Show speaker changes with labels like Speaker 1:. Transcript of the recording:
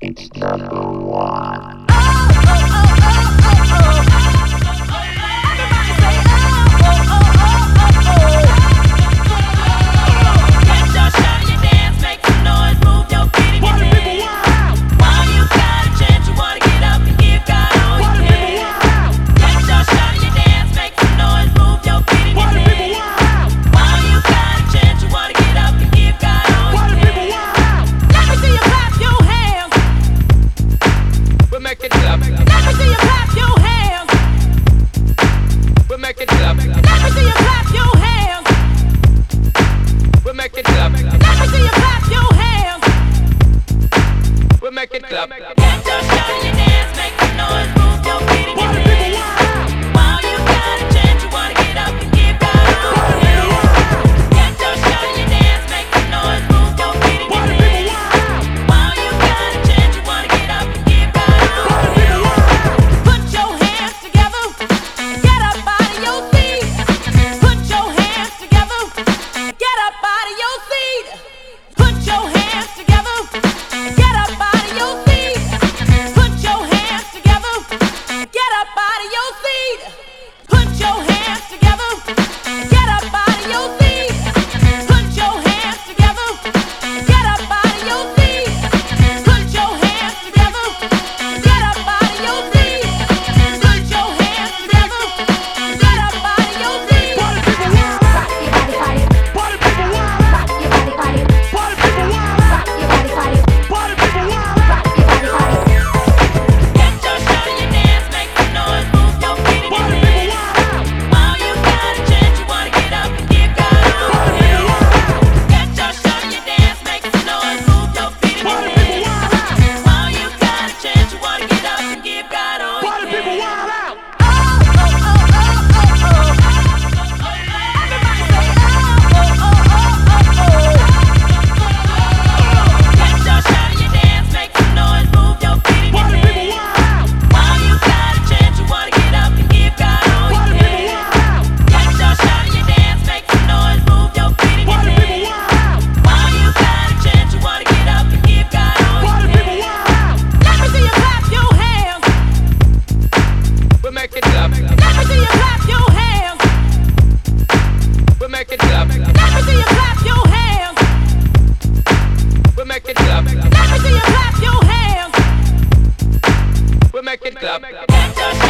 Speaker 1: It's number one.
Speaker 2: Get your